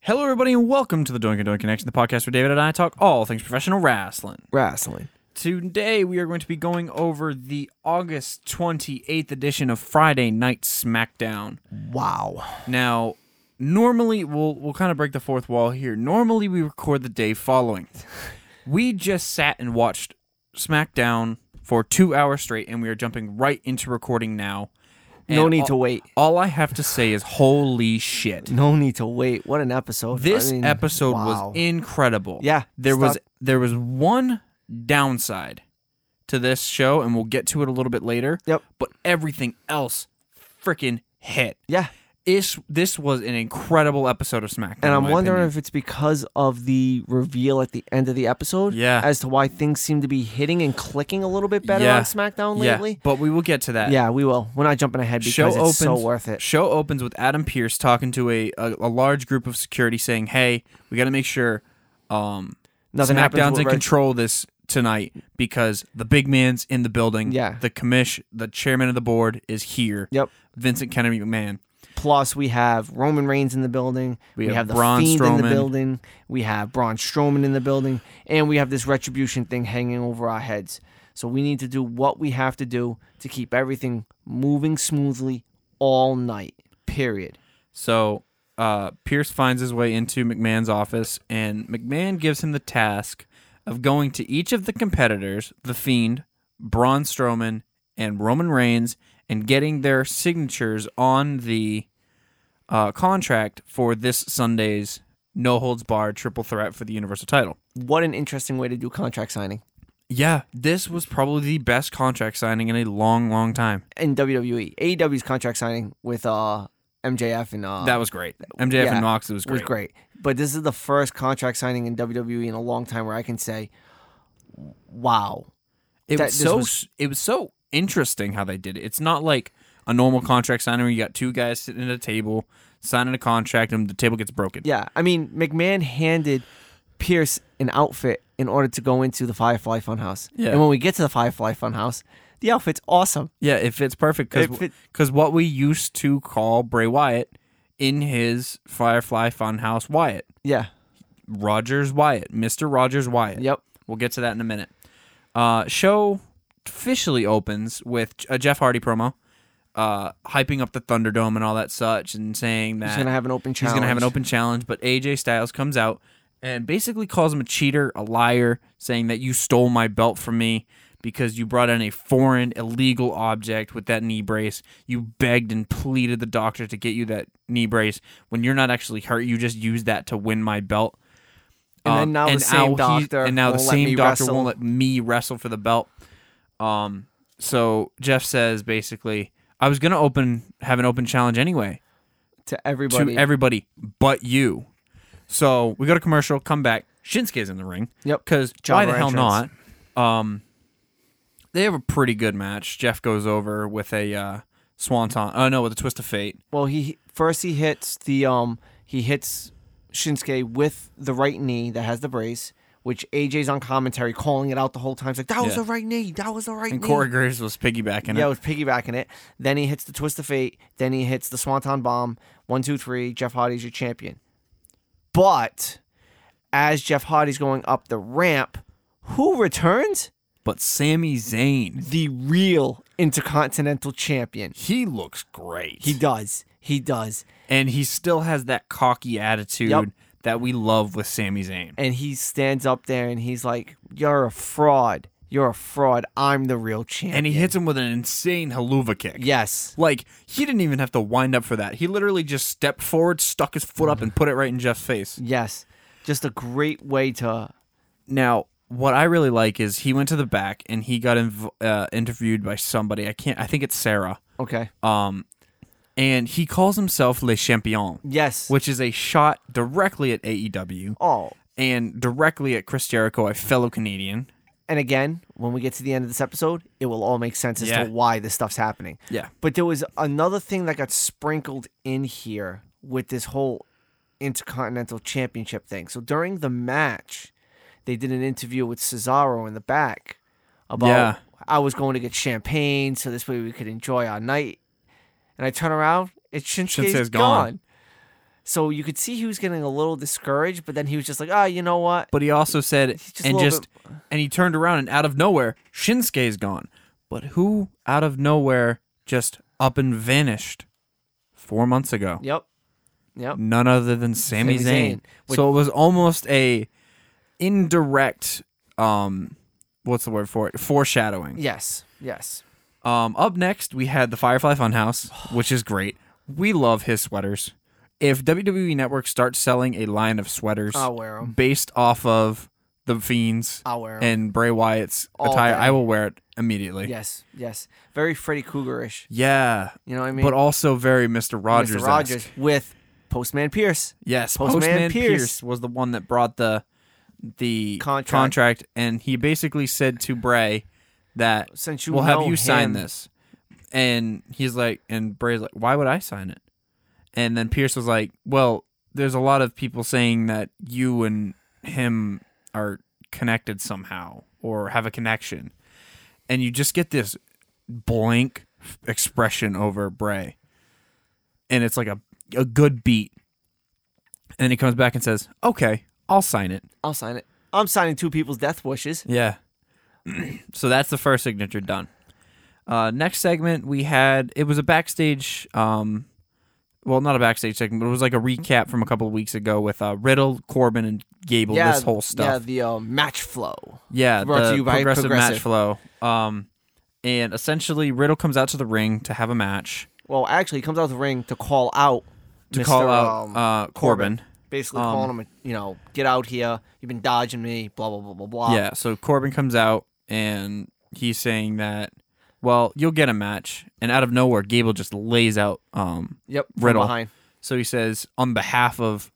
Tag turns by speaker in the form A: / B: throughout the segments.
A: Hello, everybody, and welcome to the Doink and Doink Connection, the podcast where David and I talk all things professional wrestling.
B: Wrestling.
A: Today, we are going to be going over the August 28th edition of Friday Night SmackDown.
B: Wow.
A: Now, normally, we'll, we'll kind of break the fourth wall here. Normally, we record the day following. We just sat and watched SmackDown for two hours straight, and we are jumping right into recording now.
B: No
A: And
B: need
A: all-
B: to wait.
A: All I have to say is, holy shit.
B: No need to wait. What an episode.
A: This
B: I mean,
A: episode
B: wow.
A: was incredible.
B: Yeah,
A: There was
B: stuck-
A: there was one downside to this show and we'll get to it a little bit later.
B: Yep.
A: But everything else freaking hit.
B: Yeah.
A: Ish this was an incredible episode of SmackDown.
B: And
A: in
B: I'm
A: my
B: wondering
A: opinion.
B: if it's because of the reveal at the end of the episode
A: Yeah.
B: as to why things seem to be hitting and clicking a little bit better
A: Yeah.
B: on SmackDown
A: yeah,
B: lately.
A: But we will get to that.
B: Yeah, we will. We're not jumping ahead because
A: show
B: it's
A: opens
B: so worth it.
A: Show opens with Adam Pierce talking to a, a, a large group of security saying, Hey, we gotta make sure um
B: Nothing happens
A: SmackDown's
B: with
A: in
B: Red-
A: control of this tonight because the big man's in the building.
B: Yeah.
A: The commish, the chairman of the board is here.
B: Yep.
A: Vincent Kennedy McMahon.
B: Plus, we have Roman Reigns in the building.
A: We
B: We,
A: have
B: have, the
A: Braun
B: Fiend in
A: Strowman.
B: the building. We have Braun Strowman in the building, and we have this retribution thing hanging over our heads. So we need to do what we have to do to keep everything moving smoothly all night. Period.
A: So uh, Pierce finds his way into McMahon's office, and McMahon gives him the task of going to each of the competitors, The Fiend, Braun Strowman, and Roman Reigns, and getting their signatures on the uh, contract for this Sunday's no holds barred triple threat for the Universal title.
B: What an interesting way to do contract signing
A: Yeah, this was probably the best contract signing in a long, long time.
B: in E. WWE. AEW's contract signing with uh, MJF and uh,
A: that was great. MJF
B: yeah,
A: and Knox, it was great.
B: was great. But this is the first contract signing in WWE in a long time where I can say, "Wow,
A: It
B: That-
A: was
B: this
A: so
B: was-
A: it was so interesting how they did it. It's not like a normal contract signing where you got two guys sitting at a table signing a contract and the table gets broken.
B: Yeah, I mean McMahon handed Pierce an outfit in order to go into the Firefly Funhouse.
A: Yeah.
B: And when we get to the Firefly Funhouse, the outfit's awesome.
A: Yeah, it fits perfect
B: It fit-
A: because what we used to call Bray Wyatt in his Firefly Funhouse Wyatt,
B: Yeah.
A: Rogers Wyatt, Mister Rogers Wyatt.
B: Yep.
A: We'll get to that in a minute. Uh, show officially opens with a Jeff Hardy promo, uh, hyping up the Thunderdome and all that such, and saying that
B: He's gonna have an open challenge.
A: Uh, He's gonna have an open challenge, but AJ Styles comes out and basically calls him a cheater, a liar, saying that you stole my belt from me because you brought in a foreign illegal object with that knee brace. You begged and pleaded the doctor to get you that knee brace when you're not actually hurt. You just used that to win my belt. Um,
B: And then now the same
A: he-
B: doctor
A: and now the
B: won't let
A: same
B: me
A: doctor
B: wrestle.
A: won't let me wrestle for the belt. Um, so Jeff says basically, I was gonna open have an open challenge anyway
B: to everybody.
A: to everybody but you. So we go to commercial, come back. Shinsuke's in the ring.
B: Yep.
A: Because why
B: Jobber
A: the hell not?
B: entrance.
A: Um, they have a pretty good match. Jeff goes over with a uh, swanton. Oh no, with a twist of fate.
B: well, he first he hits the um he hits Shinsuke with the right knee that has the brace, which AJ's on commentary calling it out the whole time. He's like, "That was
A: Yeah.
B: the right knee. That was the right
A: And
B: knee."
A: Corey Graves was piggybacking
B: yeah,
A: it.
B: it was piggybacking it. Then he hits the twist of fate. Then he hits the swanton bomb. One, two, three. Jeff Hardy's your champion. But as Jeff Hardy's going up the ramp, who returns?
A: But Sami Zayn,
B: The real Intercontinental Champion.
A: he looks great.
B: He does. He does.
A: and he still has that cocky attitude
B: Yep.
A: that we love with Sami Zayn.
B: And he stands up there and he's like, "You're a fraud. You're a fraud. I'm the real champion."
A: And he hits him with an insane haluva kick.
B: yes.
A: Like he didn't even have to wind up for that. He literally just stepped forward, stuck his foot up, and put it right in Jeff's face.
B: Yes. Just a great way to
A: Now, what I really like is he went to the back and he got inv- uh, interviewed by somebody. I can't. I think it's Sarah.
B: Okay.
A: Um, and he calls himself Le Champion,
B: Yes.
A: which is a shot directly at AEW
B: oh.
A: and directly at Chris Jericho, a fellow Canadian.
B: And again, when we get to the end of this episode, it will all make sense as
A: Yeah.
B: to why this stuff's happening.
A: Yeah.
B: But there was another thing that got sprinkled in here with this whole Intercontinental Championship thing. So during the match, they did an interview with Cesaro in the back about
A: Yeah.
B: I was going to get champagne so this way we could enjoy our night. And I turn around, it's Shinsuke's
A: Shinsuke's
B: has
A: gone.
B: gone. So you could see he was getting a little discouraged, but then he was just like, ah, you know what?
A: But he also said,
B: just a
A: and
B: little
A: just, and he turned around and out of nowhere, Shinsuke's gone. But who out of nowhere just up and vanished four months ago?
B: Yep. Yep.
A: None other than Sami
B: Sami
A: Zayn.
B: Zayn, which-
A: so it was almost a indirect, um, what's the word for it? Foreshadowing.
B: Yes. Yes.
A: Um, up next, we had the Firefly Funhouse, which is great. We love his sweaters. If WWE Network starts selling a line of sweaters
B: I'll wear them.
A: based off of the Fiends
B: I'll wear 'em.
A: and Bray Wyatt's
B: All
A: attire,
B: day.
A: I will wear it immediately.
B: Yes. Yes. Very Freddy Cougarish.
A: Yeah,
B: You know what I mean?
A: but also very Mr. Rogers.
B: Mr. Rogers with Postman Pierce.
A: Yes,
B: Postman
A: Postman,
B: Pierce.
A: Pierce. was the one that brought the the
B: Contract.
A: contract, and he basically said to Bray that
B: Since you
A: we'll have
B: know
A: you sign
B: him-
A: this. And he's like, and Bray's like, why would I sign it? And then Pierce was like, well, there's a lot of people saying that you and him are connected somehow or have a connection. And you just get this blank f- expression over Bray. And it's like a, a good beat. And he comes back and says, okay, I'll sign it.
B: I'll sign it. I'm signing two people's death wishes.
A: Yeah. so that's the first signature done. Uh, next segment we had it was a backstage, um, well not a backstage segment, but it was like a recap from a couple of weeks ago with uh, Riddle, Corbin, and Gable. this whole
B: Yeah,
A: stuff.
B: the uh, match flow.
A: Yeah,
B: Brought to
A: the
B: you by
A: progressive, match
B: Progressive.
A: flow. Um, and essentially Riddle comes out to the ring to have a match
B: Well, actually, he comes out of the ring to call out
A: to
B: Mr.
A: call out
B: um,
A: uh, Corbin. Um,
B: basically calling him, you know, get out here. You've been dodging me. Blah blah blah blah blah.
A: Yeah, so Corbin comes out and he's saying that, well, you'll get a match. And out of nowhere, Gable just lays out um,
B: Yep. from
A: Riddle.
B: behind.
A: So he says, on behalf of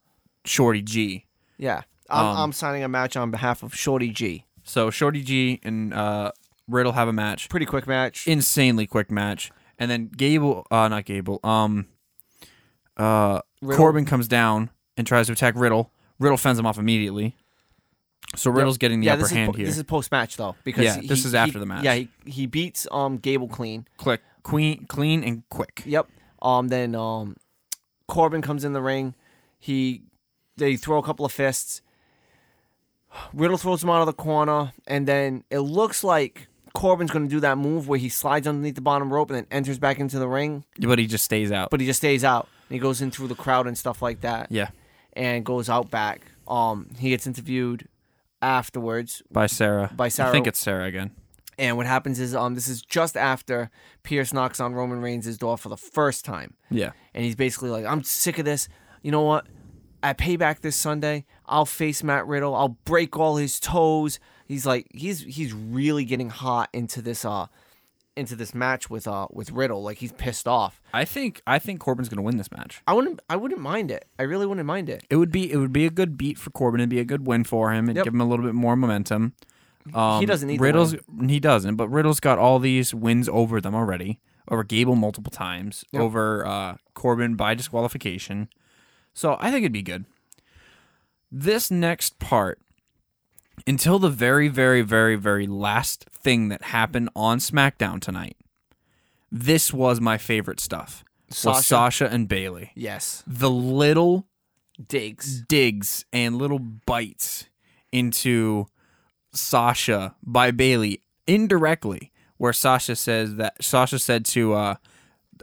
A: Shorty G.
B: Yeah. I'm,
A: Um,
B: I'm signing a match on behalf of Shorty G.
A: So Shorty G and uh, Riddle have a match.
B: Pretty quick match.
A: Insanely quick match. And then Gable, uh, not Gable, um, uh,
B: Riddle.
A: Corbin comes down and tries to attack Riddle. Riddle fends him off immediately. So Riddle's getting the
B: yeah,
A: upper
B: this is
A: hand
B: po-
A: here.
B: this is post match though because
A: Yeah,
B: he-
A: this is
B: he-
A: after the match.
B: Yeah, he, he beats um Gable clean.
A: Click, queen, clean and quick.
B: Yep. Um. Then um, Corbin comes in the ring. He they throw a couple of fists. Riddle throws him out of the corner, and then it looks like Corbin's going to do that move where he slides underneath the bottom rope and then enters back into the ring,
A: But he just stays out.
B: but he just stays out. And he goes in through the crowd and stuff like that,
A: yeah,
B: and goes out back. Um, he gets interviewed afterwards
A: by Sarah.
B: By
A: I
B: Sarah.
A: think it's Sarah again.
B: And what happens is, um, this is just after Pierce knocks on Roman Reigns' door for the first time,
A: Yeah.
B: and he's basically like, "I'm sick of this. You know what? At Payback this Sunday, I'll face Matt Riddle. I'll break all his toes." He's like, he's he's really getting hot into this uh, into this match with uh with Riddle. Like he's pissed off.
A: I think I think Corbin's gonna win this match.
B: I wouldn't I wouldn't mind it. I really wouldn't mind it.
A: It would be it would be a good beat for Corbin. It'd be a good win for him and
B: Yep.
A: give him a little bit more momentum. Um,
B: doesn't need the
A: Riddle's. He doesn't, but Riddle's got all these wins over them already. Over Gable multiple times. Over uh, Corbin by disqualification. So I think it'd be good. This next part, until the very, very, very, very last thing that happened on SmackDown tonight, this was my favorite stuff.
B: Sasha?
A: Was Sasha and Bailey.
B: Yes,
A: The little
B: digs.
A: digs and little bites into Sasha by Bailey indirectly, where Sasha says that Sasha said to uh,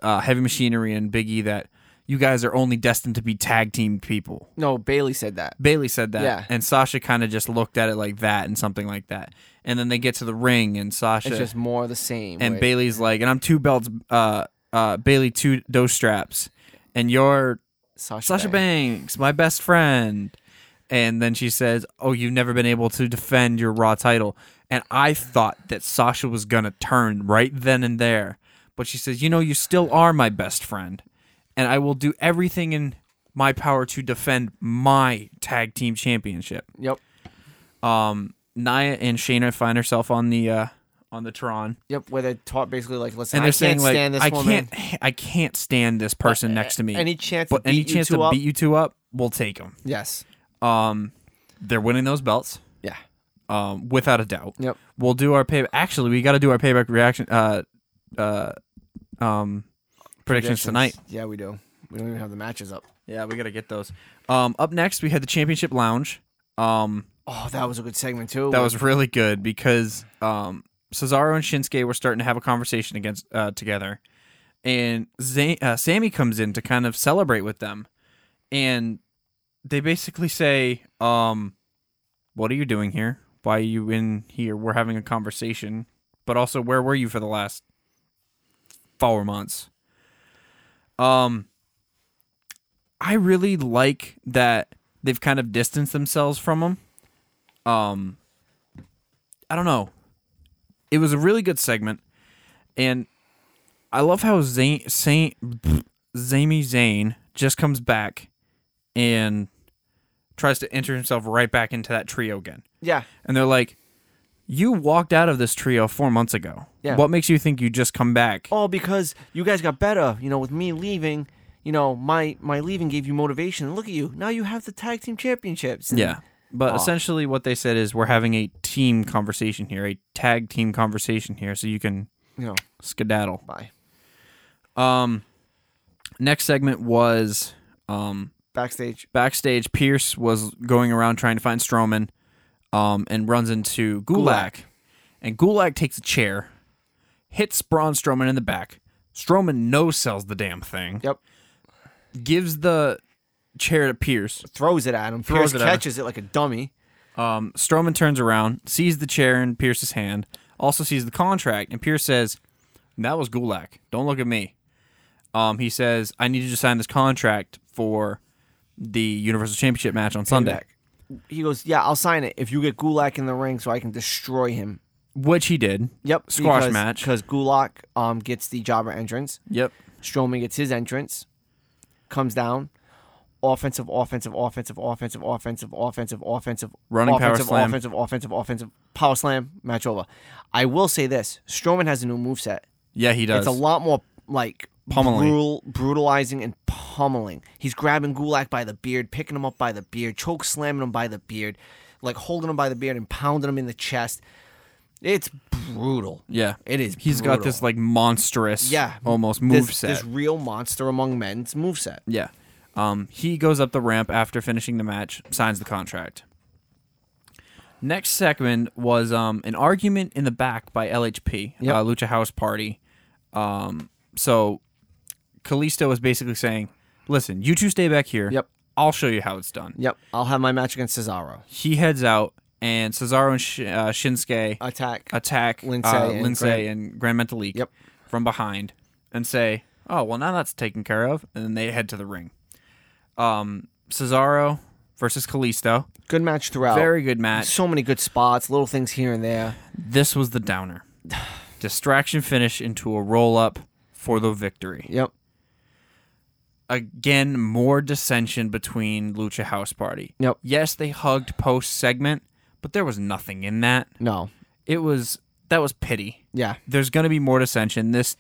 A: uh, Heavy Machinery and Biggie that you guys are only destined to be tag team people.
B: No, Bailey said that.
A: Bailey said that,
B: Yeah.
A: and Sasha kind of just looked at it like that and something like that. And then they get to the ring, and Sasha
B: It's just more of the same.
A: and
B: where-
A: Bailey's like, and I'm two belts, uh, uh, Bailey two dose straps, and you're
B: Sasha,
A: Sasha
B: Banks.
A: Banks, my best friend. And then she says, Oh, you've never been able to defend your Raw title. And I thought that Sasha was going to turn right then and there. But she says, You know, you still are my best friend. And I will do everything in my power to defend my tag team championship.
B: Yep.
A: Naya and Shayna find herself on the uh, on the Tron.
B: Yep, where they taught basically like, listen,
A: And
B: I
A: they're saying
B: can't
A: like
B: stand this
A: I
B: woman. Uh,
A: can't I can't stand this person next to me.
B: Any chance
A: but
B: to
A: any
B: beat you
A: chance
B: two
A: to
B: up?
A: beat you two up, we'll take them.
B: Yes.
A: Um, they're winning those belts,
B: Yeah.
A: um, without a doubt.
B: Yep.
A: We'll do our pay. Actually, we got to do our payback reaction, uh, uh, um, predictions, tonight.
B: Yeah, we do. We don't even have the matches up.
A: Yeah, we gotta get those. Um, up next we had the championship lounge. Um,
B: Oh, that was a good segment too.
A: that was really good because um, Cesaro and Shinsuke were starting to have a conversation against uh, together, and Zay- uh, Sammy comes in to kind of celebrate with them, and they basically say, um, "What are you doing here? Why are you in here? We're having a conversation, but also where were you for the last four months?" Um, I really like that they've kind of distanced themselves from them um I don't know. It was a really good segment and I love how Zayn Saint Zamy Zane just comes back and tries to enter himself right back into that trio again.
B: yeah,
A: And they're like, You walked out of this trio four months ago.
B: Yeah. Oh.
A: What makes you think you just come back?
B: all because you guys got better. You know, with me leaving, you know, my my leaving gave you motivation. Look at you now. You have the tag team championships. And-
A: Yeah. But
B: Aw.
A: essentially, what they said is, We're having a team conversation here, a tag team conversation here, so you can
B: You know,
A: skedaddle.
B: bye.
A: Um, next segment was um,
B: Backstage.
A: backstage. Pierce was going around trying to find Strowman, um, and runs into Gulak,
B: Gulak.
A: and Gulak takes a chair, hits Braun Strowman in the back. Strowman no sells the damn thing,
B: Yep.
A: gives the chair to Pierce.
B: Throws it at him.
A: Throws
B: Pierce
A: it at him.
B: catches it like a dummy.
A: Um, Strowman turns around, sees the chair in Pierce's hand, also sees the contract, and Pierce says, "That was Gulak. Don't look at me." Um, he says, "I need you to sign this contract for the Universal Championship match on Sunday."
B: Back. He goes, yeah, I'll sign it if you get Gulak in the ring so I can destroy him.
A: which he did.
B: Yep.
A: Squash
B: because,
A: match.
B: because Gulak um gets the jobber entrance.
A: Yep.
B: Strowman gets his entrance, comes down, offensive, offensive, offensive, offensive, offensive, offensive, offensive,
A: Running power
B: offensive,
A: slam.
B: offensive, offensive, offensive, power slam, match over. I will say this: Strowman has a new moveset.
A: Yeah, he does.
B: It's a lot more like
A: Pummeling.
B: brutal, brutalizing, and pummeling. He's grabbing Gulak by the beard, picking him up by the beard, choke slamming him by the beard, like holding him by the beard and pounding him in the chest. It's brutal.
A: yeah.
B: It is.
A: He's got
B: brutal.
A: this like monstrous
B: Yeah.
A: almost
B: This-
A: move set.
B: This real monster among men's moveset.
A: yeah. Um he goes up the ramp after finishing the match, signs the contract. Next segment was um an argument in the back by LHP,
B: Yep.
A: uh, Lucha House Party. Um so Kalisto was basically saying, "Listen, you two stay back here.
B: Yep.
A: I'll show you how it's done."
B: Yep. I'll have my match against Cesaro.
A: He heads out and Cesaro and Sh- uh, Shinsuke
B: Attack.
A: attack
B: Lindsay
A: uh,
B: and
A: Lindsay
B: Grand-
A: and Grand Metalik
B: Yep.
A: from behind and say, "Oh, well, now that's taken care of," and then they head to the ring. Um, Cesaro versus Kalisto,
B: Good match throughout.
A: very good match.
B: So many good spots, little things here and there.
A: This was the downer. Distraction finish into a roll up for the victory.
B: Yep.
A: Again, more dissension between Lucha House Party.
B: Yep.
A: Yes, they hugged post segment, but there was nothing in that.
B: No.
A: It was that was pity.
B: Yeah.
A: there's going to be more dissension. This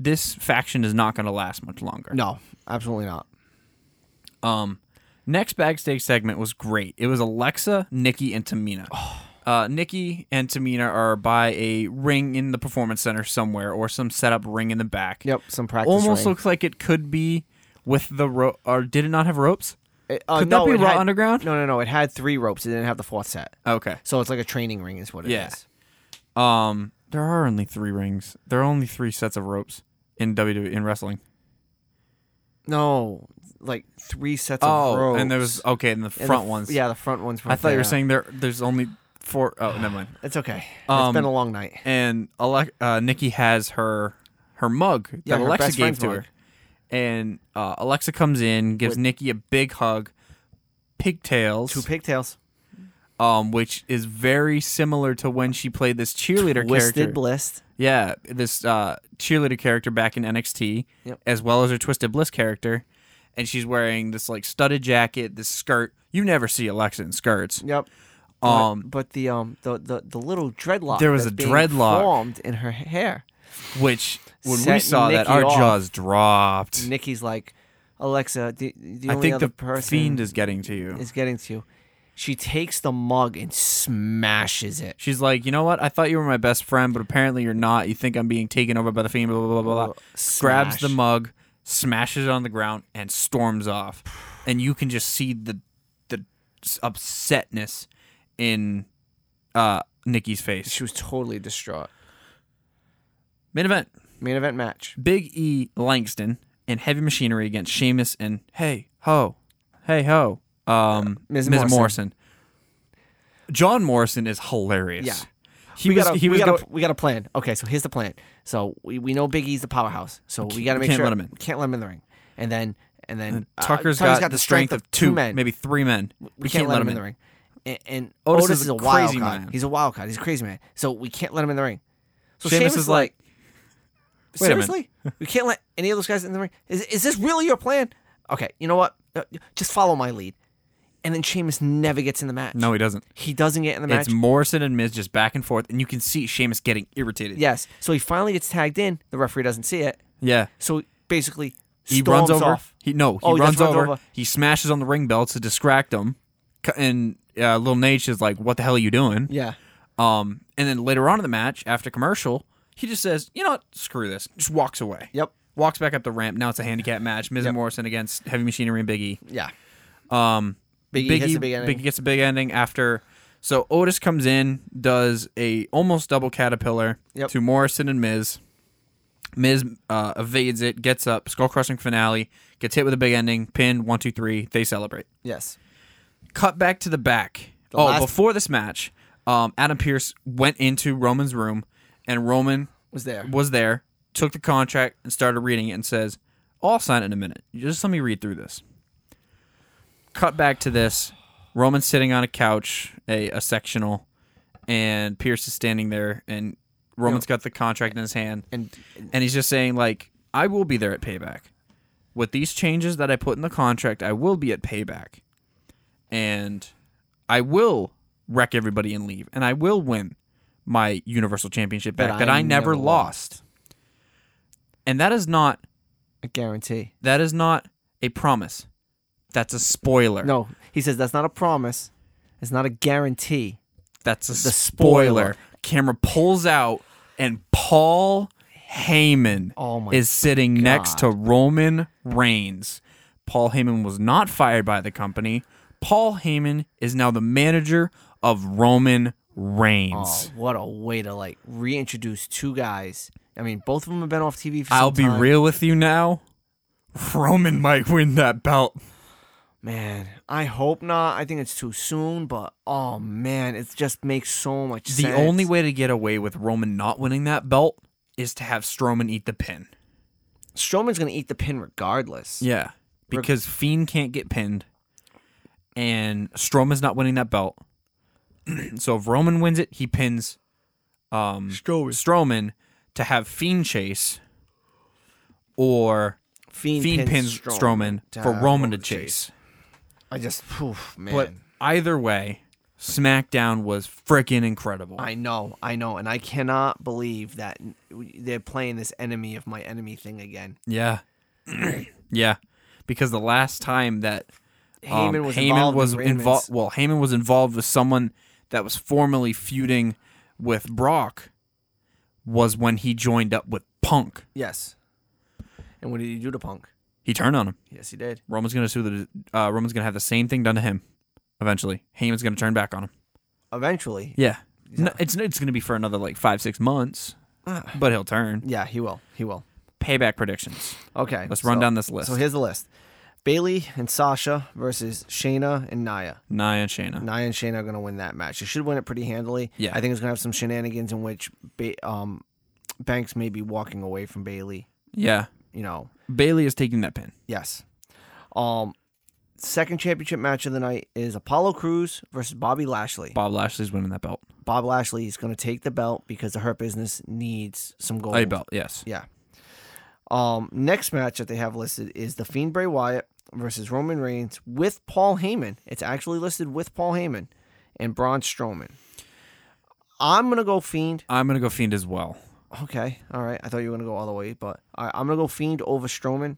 A: this faction is not going to last much longer.
B: No. Absolutely not.
A: Um, next backstage segment was great. It was Alexa, Nikki, and Tamina. Uh, Nikki and Tamina are by a ring in the performance center somewhere, or some setup ring in the back.
B: Yep. Some practice.
A: Almost
B: ring.
A: looks like it could be with the rope. Or did it not have ropes?
B: It- uh,
A: could that be
B: it
A: Raw
B: had-
A: Underground?
B: No, no, no. It had three ropes. It didn't have the fourth set.
A: Okay.
B: So it's like a training ring, is what it is.
A: Yeah. Um, there are only three rings. There are only three sets of ropes in WWE in wrestling.
B: No, like three sets of ropes.
A: Oh, and there was okay, and the
B: And Oh, the
A: front
B: f-
A: ones.
B: Yeah, the front ones.
A: I thought you
B: there.
A: were saying there. There's only four oh never mind.
B: it's okay.
A: Um,
B: it's been a long night.
A: and Ale- uh, Nikki has her her mug
B: Yeah,
A: that
B: her
A: Alexa
B: best
A: gave
B: friend's
A: to her,
B: mug.
A: and uh, Alexa comes in, gives Nikki a big hug, pigtails,
B: Two pigtails,
A: um, which is very similar to when she played this cheerleader
B: twisted
A: character.
B: bliss.
A: yeah, this uh, cheerleader character back in NXT,
B: Yep.
A: as well as her Twisted Bliss character, and she's wearing this like studded jacket, this skirt. You never see Alexa in skirts.
B: Yep.
A: Um,
B: but, but the um the, the the little dreadlock.
A: There was
B: that's
A: a
B: being
A: dreadlock.
B: formed in her hair.
A: Which when we
B: Set
A: saw that,
B: Nikki
A: our
B: off.
A: jaws dropped.
B: Nikki's like, Alexa, the, the
A: I
B: only
A: think
B: other
A: the
B: person
A: fiend is getting to you.
B: is getting to you. She takes the mug and smashes it.
A: She's like, you know what? I thought you were my best friend, but apparently you're not. You think I'm being taken over by the fiend. Blah blah blah blah. blah.
B: Smash.
A: Grabs the mug, smashes it on the ground, and storms off. and you can just see the the s- upsetness in uh Nikki's face.
B: She was totally distraught.
A: Main event:
B: Main event match.
A: Big E Langston and Heavy Machinery against Sheamus and Hey Ho, Hey Ho, um,
B: Ms.
A: Ms.
B: Morrison.
A: Morrison. John Morrison is hilarious.
B: Yeah.
A: He
B: we
A: was,
B: got a,
A: he
B: we
A: was
B: got,
A: go-
B: a, we got a plan. Okay, so here's the plan. So we, we know Biggie's the powerhouse. So we got to make
A: can't
B: sure
A: let him in.
B: can't let him in the ring. And then and then uh,
A: Tucker's
B: Tucker's
A: got, the strength, of two,
B: men.
A: maybe three men. We,
B: we can't, let him in the ring. And, and Otis,
A: Otis
B: is,
A: is
B: a
A: a
B: wild
A: crazy
B: card.
A: man.
B: He's a wild card. He's a crazy man. So we can't let him in the ring. So
A: Sheamus
B: Sheamus
A: is
B: is like,
A: "Wait a minute."
B: seriously, we can't let any of those guys in the ring. Is is this really your plan? Okay, you know what? Uh, Just follow my lead. And then Sheamus never gets in the match.
A: No, he doesn't.
B: he doesn't get in the match.
A: It's Morrison and Miz just back and forth, and you can see Sheamus getting irritated.
B: Yes. So he finally gets tagged in. The referee doesn't see it.
A: yeah.
B: So basically,
A: He
B: storms
A: runs over.
B: off.
A: He no, he
B: Oh, he just
A: runs
B: runs
A: over,
B: over.
A: He smashes on the ring bell to distract him, C- and uh, Lil Nate is like, "What the hell are you doing?"
B: Yeah.
A: Um, and then later on in the match, after commercial, he just says, "You know what? Screw this." Just walks away.
B: Yep.
A: Walks back up the ramp. Now it's a handicap match. Miz and Morrison against Heavy Machinery and Biggie.
B: Yeah.
A: Um,
B: Big E
A: Biggie,
B: hits the big ending.
A: gets a big ending after. So Otis comes in, does a almost double caterpillar
B: Yep.
A: to Morrison and Miz. Miz uh, evades it, gets up, skull crushing finale, gets hit with a big ending, pin one two three. They celebrate.
B: Yes.
A: Cut back to the back. oh,
B: last-
A: before this match, um, Adam Pierce went into Roman's room, and Roman
B: Was there.
A: was there, took the contract, and started reading it and says, "Oh, I'll sign it in a minute. You Just let me read through this. Cut back to this. Roman's sitting on a couch, a, a sectional, and Pierce is standing there, and Roman's got the contract in his hand,
B: And
A: and he's just saying, like, I will be there at payback. With these changes that I put in the contract, I will be at payback. And I will wreck everybody and leave. And I will win my Universal Championship back that I, never, lost and that is not
B: A guarantee.
A: that is not a promise. That's a spoiler.
B: No. He says that's not a promise. It's not a guarantee.
A: that's a
B: spoiler.
A: spoiler. Camera pulls out, and Paul Heyman
B: Oh my
A: is sitting next to Roman Reigns. Paul Heyman was not fired by the company. Paul Heyman is now the manager of Roman Reigns.
B: Oh, what a way to like reintroduce two guys. I mean, both of them have been off TV for
A: I'll
B: some
A: be
B: time.
A: real with you now. Roman might win that belt.
B: Man, I hope not. I think it's too soon, but oh man, it just makes so much
A: The
B: sense.
A: only way to get away with Roman not winning that belt is to have Strowman eat the pin.
B: Strowman's gonna eat the pin regardless.
A: Yeah. Because Fiend can't get pinned and Strowman's not winning that belt. so if Roman wins it, he pins um Strowman, to have Fiend chase or
B: Fiend,
A: Fiend pins,
B: pins,
A: Strowman,
B: to
A: for
B: have
A: Roman, to chase.
B: I just, poof, man.
A: But either way, SmackDown was freaking incredible.
B: I know, I know, and I cannot believe that they're playing this enemy of my enemy thing again.
A: Yeah. yeah. Because the last time that um,
B: Heyman was involved.
A: was
B: in
A: invol-
B: Raymond's-
A: Well, Heyman was involved with someone that was formerly feuding with Brock. Was when he joined up with Punk.
B: Yes. And what did he do to Punk?
A: He turned on him.
B: Yes, he did.
A: Roman's gonna sue the. Uh, Roman's gonna have the same thing done to him. Eventually, Heyman's gonna turn back on him.
B: Eventually.
A: Yeah. No, it's it's gonna be for another like five six months, but he'll turn.
B: Yeah, he will. He will.
A: Payback predictions.
B: Okay.
A: Let's run
B: so-
A: down this list.
B: So here's the list. Bailey and Sasha versus Shayna and Naya.
A: Nia and Shayna.
B: Naya and Shayna are going to win that match. They should win it pretty handily.
A: Yeah.
B: I think it's going to have some shenanigans in which ba- um, Banks may be walking away from Bailey.
A: Yeah.
B: You know,
A: Bailey is taking that pin.
B: Yes. Um, second championship match of the night is Apollo Cruz versus Bobby Lashley.
A: Bob Lashley's winning that belt.
B: Bob Lashley is going to take the belt because the Hurt Business needs some gold.
A: A belt. Yes.
B: Yeah. Um, next match that they have listed is the Fiend Bray Wyatt versus Roman Reigns with Paul Heyman. It's actually listed with Paul Heyman and Braun Strowman. I'm gonna go Fiend.
A: I'm gonna go Fiend as well.
B: Okay, all right. I thought you were gonna go all the way, but all right, I'm gonna go Fiend over Strowman.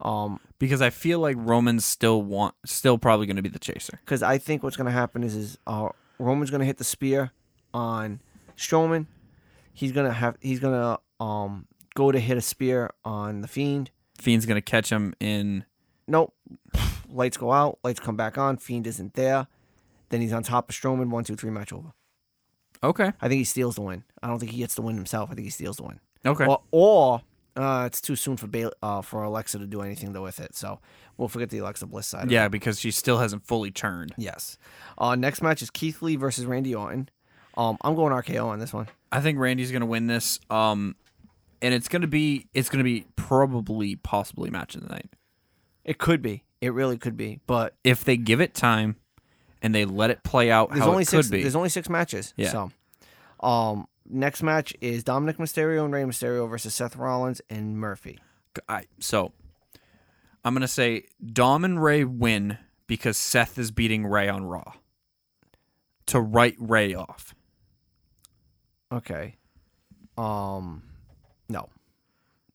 B: Um,
A: because I feel like Roman's still want still probably going to be the chaser.
B: because I think what's going to happen is is uh, Roman's going to hit the spear on Strowman. He's gonna have he's gonna um go to hit a spear on the Fiend.
A: Fiend's going to catch him in
B: Nope, Lights go out. Lights come back on. Fiend isn't there. Then he's on top of Strowman. One, two, three. Match over.
A: Okay.
B: I think he steals the win. I don't think he gets the win himself. I think he steals the win.
A: Okay.
B: Or, or uh, it's too soon for Bail- uh, for Alexa to do anything though with it. So we'll forget the Alexa Bliss side. of it.
A: yeah, because she still hasn't fully turned.
B: Yes. Uh, next match is Keith Lee versus Randy Orton. Um, I'm going RKO on this one.
A: I think Randy's gonna win this. Um, and it's gonna be it's gonna be probably possibly match of the night
B: It could be. It really could be. But
A: if they give it time and they let it play out
B: there's
A: how
B: only
A: it
B: six.
A: could be.
B: There's only six matches.
A: Yeah.
B: So, um, next match is Dominic Mysterio and Rey Mysterio versus Seth Rollins and Murphy.
A: I, so I'm gonna say Dom and Ray win because Seth is beating Ray on Raw to write Ray off.
B: Okay. Um, no.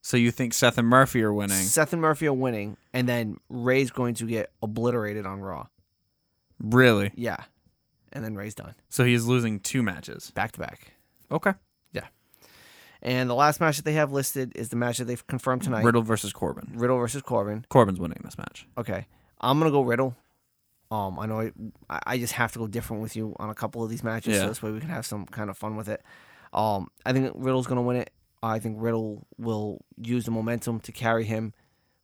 A: So you think Seth and Murphy are winning?
B: Seth and Murphy are winning, and then Ray's going to get obliterated on Raw.
A: Really?
B: Yeah. And then Ray's done
A: So he's losing two matches.
B: back to back.
A: Okay.
B: And the last match that they have listed is the match that they've confirmed tonight:
A: Riddle versus Corbin.
B: Riddle versus Corbin.
A: Corbin's winning this match.
B: Okay, I'm gonna go Riddle. Um, I know I, I I just have to go different with you on a couple of these matches,
A: Yeah.
B: so this way we can have some kind of fun with it. Um, I think Riddle's gonna win it. I think Riddle will use the momentum to carry him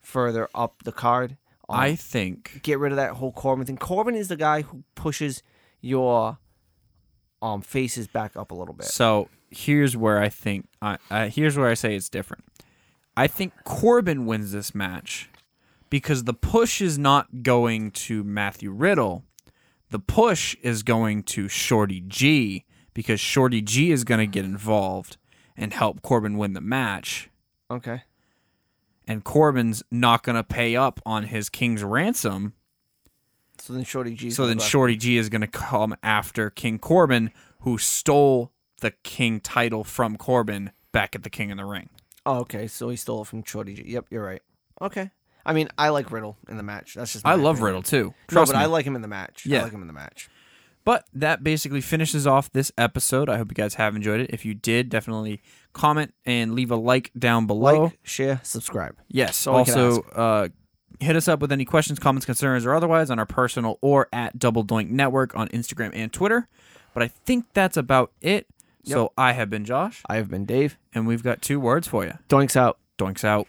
B: further up the card. Um,
A: I think
B: get rid of that whole Corbin thing. Corbin is the guy who pushes your um faces back up a little bit.
A: so. Here's where I think I, I here's where I say it's different. I think Corbin wins this match because the push is not going to Matthew Riddle. The push is going to Shorty G because Shorty G is going to get involved and help Corbin win the match.
B: Okay.
A: And Corbin's not going to pay up on his King's ransom.
B: So then Shorty G.
A: So then Shorty G is going to come after King Corbin, who stole the King title from Corbin back at the King in the Ring.
B: Oh, okay. So he stole it from Shorty G. Yep, you're right. Okay. I mean, I like Riddle in the match. That's just.
A: I
B: my
A: love
B: opinion.
A: Riddle too.
B: No,
A: Trust
B: but
A: me.
B: I like him in the match.
A: Yeah.
B: I like him in the match.
A: But that basically finishes off this episode. I hope you guys have enjoyed it. If you did, definitely comment and leave a like down
B: Like,
A: below.
B: share, subscribe.
A: yes.
B: all I can
A: Also, uh, hit us up with any questions, comments, concerns, or otherwise on our personal or at Double Doink Network on Instagram and Twitter. But I think that's about it. So I have been Josh,
B: I have been Dave.
A: and we've got two words for you.
B: Doinks out.
A: Doinks out.